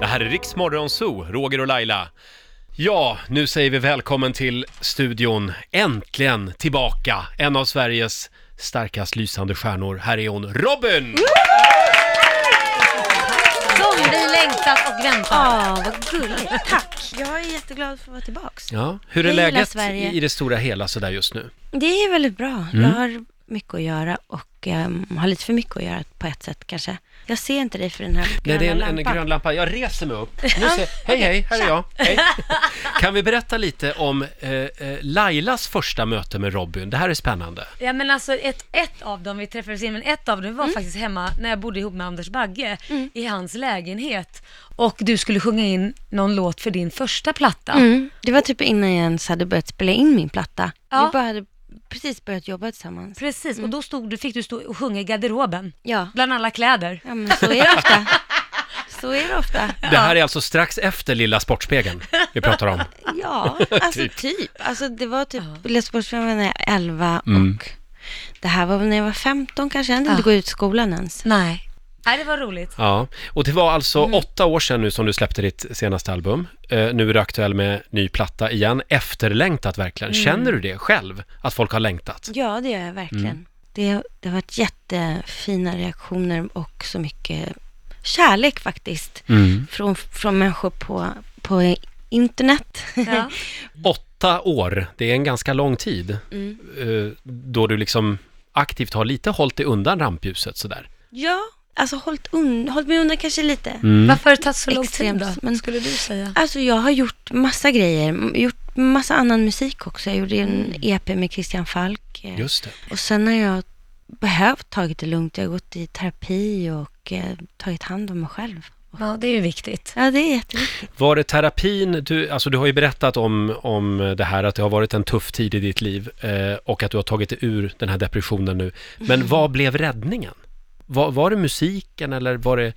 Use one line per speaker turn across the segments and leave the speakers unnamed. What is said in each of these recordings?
Det här är Riks Morgonzoo, Roger och Laila. Ja, nu säger vi välkommen till studion. Äntligen tillbaka! En av Sveriges starkast lysande stjärnor. Här är hon, Robin!
Som vi längtat och väntat.
Ja, vad gulligt. Tack. Jag är jätteglad för att vara tillbaks.
Ja, hur är
Hej, hela
läget
Sverige.
i det stora hela sådär just nu?
Det är väldigt bra.
Mm.
Jag har mycket att göra och ehm, har lite för mycket att göra på ett sätt kanske. Jag ser inte dig för den här
Nej,
gröna
det är en, en
lampan.
grön lampa. Jag reser mig upp. Nu ser, hej, hej, här är jag. Hej. Kan vi berätta lite om eh, eh, Lailas första möte med Robin? Det här är spännande.
Ja men alltså ett, ett av dem, vi träffades igen, men ett av dem var faktiskt hemma när jag bodde ihop med Anders Bagge i hans lägenhet. Och du skulle sjunga in någon låt för din första platta.
Mm. Det var typ innan jag ens hade börjat spela in min platta.
Ja.
Vi bara hade precis börjat jobba tillsammans.
Precis, och då stod du, fick du stå och sjunga i garderoben.
Ja.
Bland alla kläder.
ja, men så är det ofta. Så är det ofta.
Det här är alltså strax efter Lilla Sportspegeln vi pratar om.
Ja, alltså
Typ.
typ. Alltså det var typ, Lesbosfilmen var när jag var 11
Mm.
och det här var väl när jag var 15 kanske. Jag hade inte
Ja.
gå ut skolan ens.
Nej. Nej, det var roligt.
Ja, och det var alltså åtta år sedan nu som du släppte ditt senaste album. Eh, nu är du aktuell med ny platta igen. Efterlängtat verkligen. Känner du det själv? Att folk har längtat?
Ja, det gör jag verkligen. Det, det har varit jättefina reaktioner och så mycket kärlek faktiskt. Från, från människor på, på internet.
Ja.
Åtta år, det är en ganska lång tid. Eh, då du liksom aktivt har lite hållit dig undan rampljuset sådär.
ja, alltså hållit, un, hållit mig undan kanske lite.
Varför har det tagit så lång
Extremt,
tid då?
men-
Skulle du säga?
Mm. Alltså jag har gjort massa grejer. M- Gjort massa annan musik också. Jag gjorde en EP med Christian Falk. eh,
Just det.
Och sen har jag behövt tagit det lugnt. Jag har gått i terapi och eh, tagit hand om mig själv.
Ja, det är ju viktigt.
Ja, det är jätteviktigt.
Var det terapin, du, alltså du har ju berättat om, om det här att det har varit en tuff tid i ditt liv eh, och att du har tagit dig ur den här depressionen nu. Men vad blev räddningen? Var, var det musiken eller var det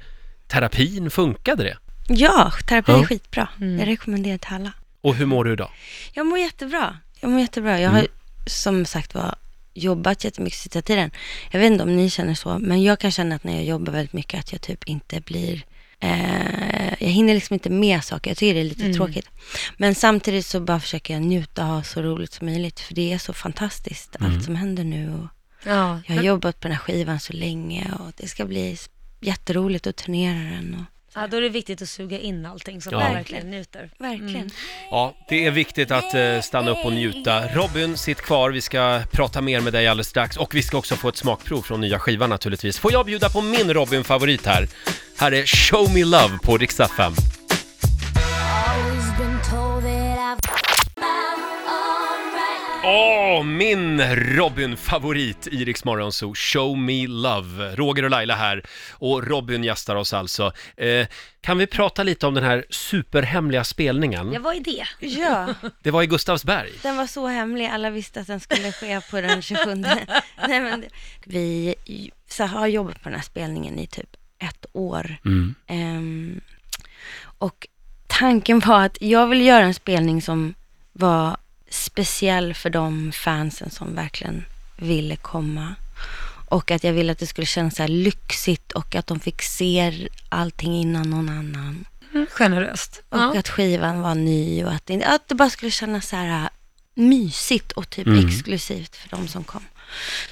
terapin? Funkade det?
Ja, Mm. terapi
Ja.
är skitbra. Jag rekommenderar till alla.
Och hur mår du idag?
Jag mår jättebra. Jag mår jättebra. Jag har som sagt var jobbat jättemycket sista tiden. Jag vet inte om ni känner så, men jag kan känna att när jag jobbar väldigt mycket att jag typ inte blir... Eh, jag hinner liksom inte med saker. Jag tycker det är lite tråkigt. Men samtidigt så bara försöker jag njuta och ha så roligt som möjligt. För det är så fantastiskt allt som händer nu. Och
Ja.
jag har jobbat på den här skivan så länge och det ska bli s- jätteroligt att turnera den. Och,
ja, då är det viktigt att suga in allting så att
Ja.
man verkligen njuter.
verkligen.
Ja, det är viktigt att eh, stanna upp och njuta. Robin, sitt kvar. Vi ska prata mer med dig alldeles strax och vi ska också få ett smakprov från nya skivan naturligtvis. Får jag bjuda på min Robin-favorit här? Här är Show Me Love på riksdag 5.
Always been told that I've I'm alright.
Åh, min Robin-favorit i Rix Morgon Zoo, Show Me Love. Roger och Laila här och Robin gästar oss alltså. Eh, kan vi prata lite om den här superhemliga spelningen?
Ja, vad är det?
Ja.
Det var i Gustavsberg.
Den var så hemlig, alla visste att den skulle ske på den 27. Nej, men det, vi j- så har jobbat på den här spelningen i typ ett år. Ehm, och tanken var att jag ville göra en spelning som var speciell för de fansen som verkligen ville komma. Och att jag ville att det skulle kännas så här lyxigt och att de fick se allting innan någon annan.
Mm. Generöst.
Och
Ja.
att skivan var ny och att det, att det bara skulle kännas så här äh, mysigt och typ
Mm.
exklusivt för de som kom.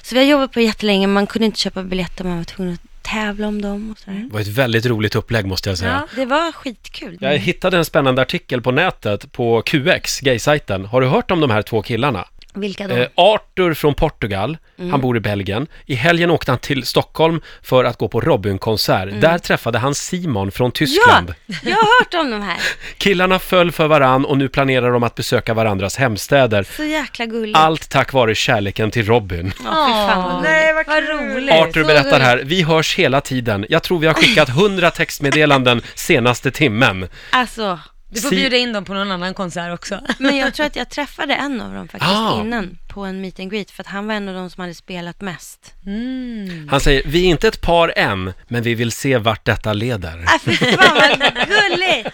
Så vi har jobbat på det jättelänge, man kunde inte köpa biljetter, man var tvungen att tävla om dem och sådär.
Det var ett väldigt roligt upplägg måste jag säga.
Mm. Ja.
Det var skitkul.
Jag hittade en spännande artikel på nätet på QX, gaysajten. Har du hört om de här två killarna?
Vilka då?
Eh, Arthur från Portugal, han bor i Belgien. I helgen åkte han till Stockholm för att gå på Robin-konsert. Där träffade han Simon från
ja,
Tyskland.
jag har hört om de här.
Killarna föll för varann och nu planerar de att besöka varandras hemstäder.
Så jäkla gulligt.
Allt tack vare kärleken till Robin.
Ja, fy fan vad gulligt.
Nej, vad, roligt.
Arthur berättar här, vi hörs hela tiden. Jag tror vi har skickat 100 textmeddelanden senaste timmen.
Alltså,
Du får
Si-
bjuda in dem på någon annan konsert också.
men jag tror att jag träffade en av dem faktiskt
Ah.
innan på en meet and greet, för att han var en av de som hade spelat mest. Mm.
Han säger, vi är inte ett par än, men vi vill se vart detta leder.
Ah, fy fan vad gulligt!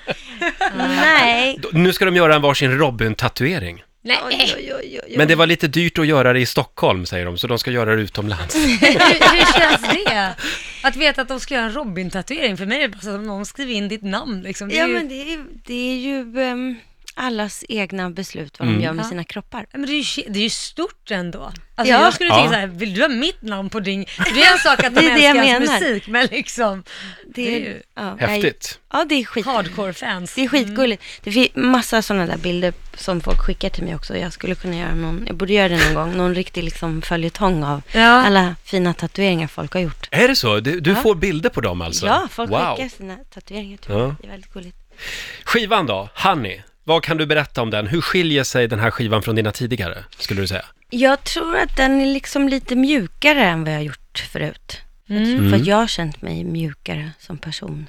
Nej,
Nu ska de göra en varsin Robin-tatuering.
Nej.
Oj, oj, oj, oj,
Men det var lite dyrt att göra det i Stockholm, säger de, så de ska göra det utomlands.
Hur, hur känns det? Att veta att de ska göra en Robin-tatuering, för mig är det bara så att någon skriver in ditt namn liksom. Det är
Ja,
ju...
men det är, det är ju ehm, allas egna beslut vad de gör med sina kroppar.
Mm. Ja, Men det är, ju, ki- det är ju stort ändå. Alltså
Ja.
jag skulle
Ja.
tänka så här, vill du ha mitt namn på din... Det är en sak att
Det
de
är det jag
älskar hans
menar.
musik, men liksom, det är ju
ja, nej.
Häftigt.
Ja, det är skit.
hardcore-fans.
Det är skitgulligt. Det finns massa sådana där bilder som folk skickar till mig också. Jag skulle kunna göra någon, jag borde göra det någon gång, någon riktig liksom följetong av
Ja.
alla fina tatueringar folk har gjort.
Är det så? Du, du får bilder på dem alltså?
Ja, folk
wow.
skickar sina tatueringar till
Ja.
mig. Det är väldigt gulligt.
Skivan då, Honey. Vad kan du berätta om den? Hur skiljer sig den här skivan från dina tidigare, skulle du säga?
Jag tror att den är liksom lite mjukare än vad jag har gjort förut. Jag
Mm.
tror för att jag har känt mig mjukare som person.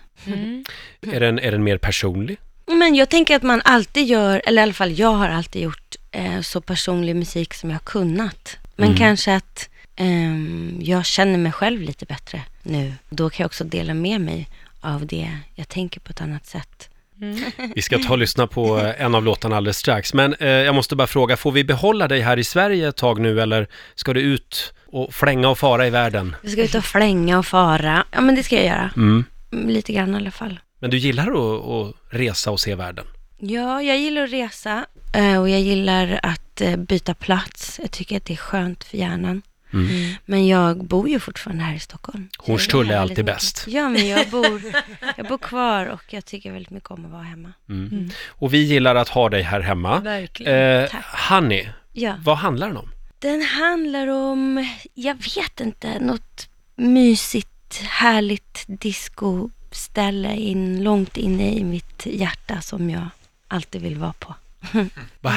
Är den, är den mer personlig?
Men jag tänker att man alltid gör, eller i alla fall jag har alltid gjort eh, så personlig musik som jag har kunnat. Men kanske att ehm, jag känner mig själv lite bättre nu. Då kan jag också dela med mig av det jag tänker på ett annat sätt.
Mm,
Vi ska ta och lyssna på eh, en av låtarna alldeles strax. Men eh, jag måste bara fråga, får vi behålla dig här i Sverige ett tag nu eller ska du ut och flänga och fara i världen?
Jag ska ut och flänga och fara. Ja, men det ska jag göra.
Mm.
Mm, Lite grann i alla fall.
Men du gillar att, att resa och se världen?
Ja, jag gillar att resa eh, och jag gillar att eh, byta plats. Jag tycker att det är skönt för hjärnan. Men jag bor ju fortfarande här i Stockholm. Så
Mm. Hornstull
det
är
väldigt
alltid
mycket.
bäst.
Ja, men jag bor, jag bor kvar och jag tycker väldigt mycket om att vara hemma.
Och vi gillar att ha dig här hemma.
Verkligen.
Eh,
Tack.
Honey,
Ja.
vad handlar den om?
Den handlar om, jag vet inte, något mysigt, härligt discoställe in, långt inne i mitt hjärta som jag alltid vill vara på.
Vad
Mm.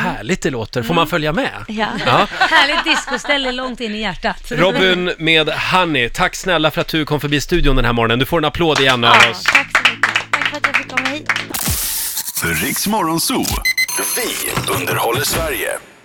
härligt det låter, får man följa med?
Ja.
Ja.
Härligt discoställe långt in i hjärtat.
Robin med Honey, tack snälla för att du kom förbi studion den här morgonen. Du får en applåd igen av
Ja,
oss.
tack så mycket. Tack för att jag fick komma hit.
Riks Morgonzoo. Vi underhåller Sverige.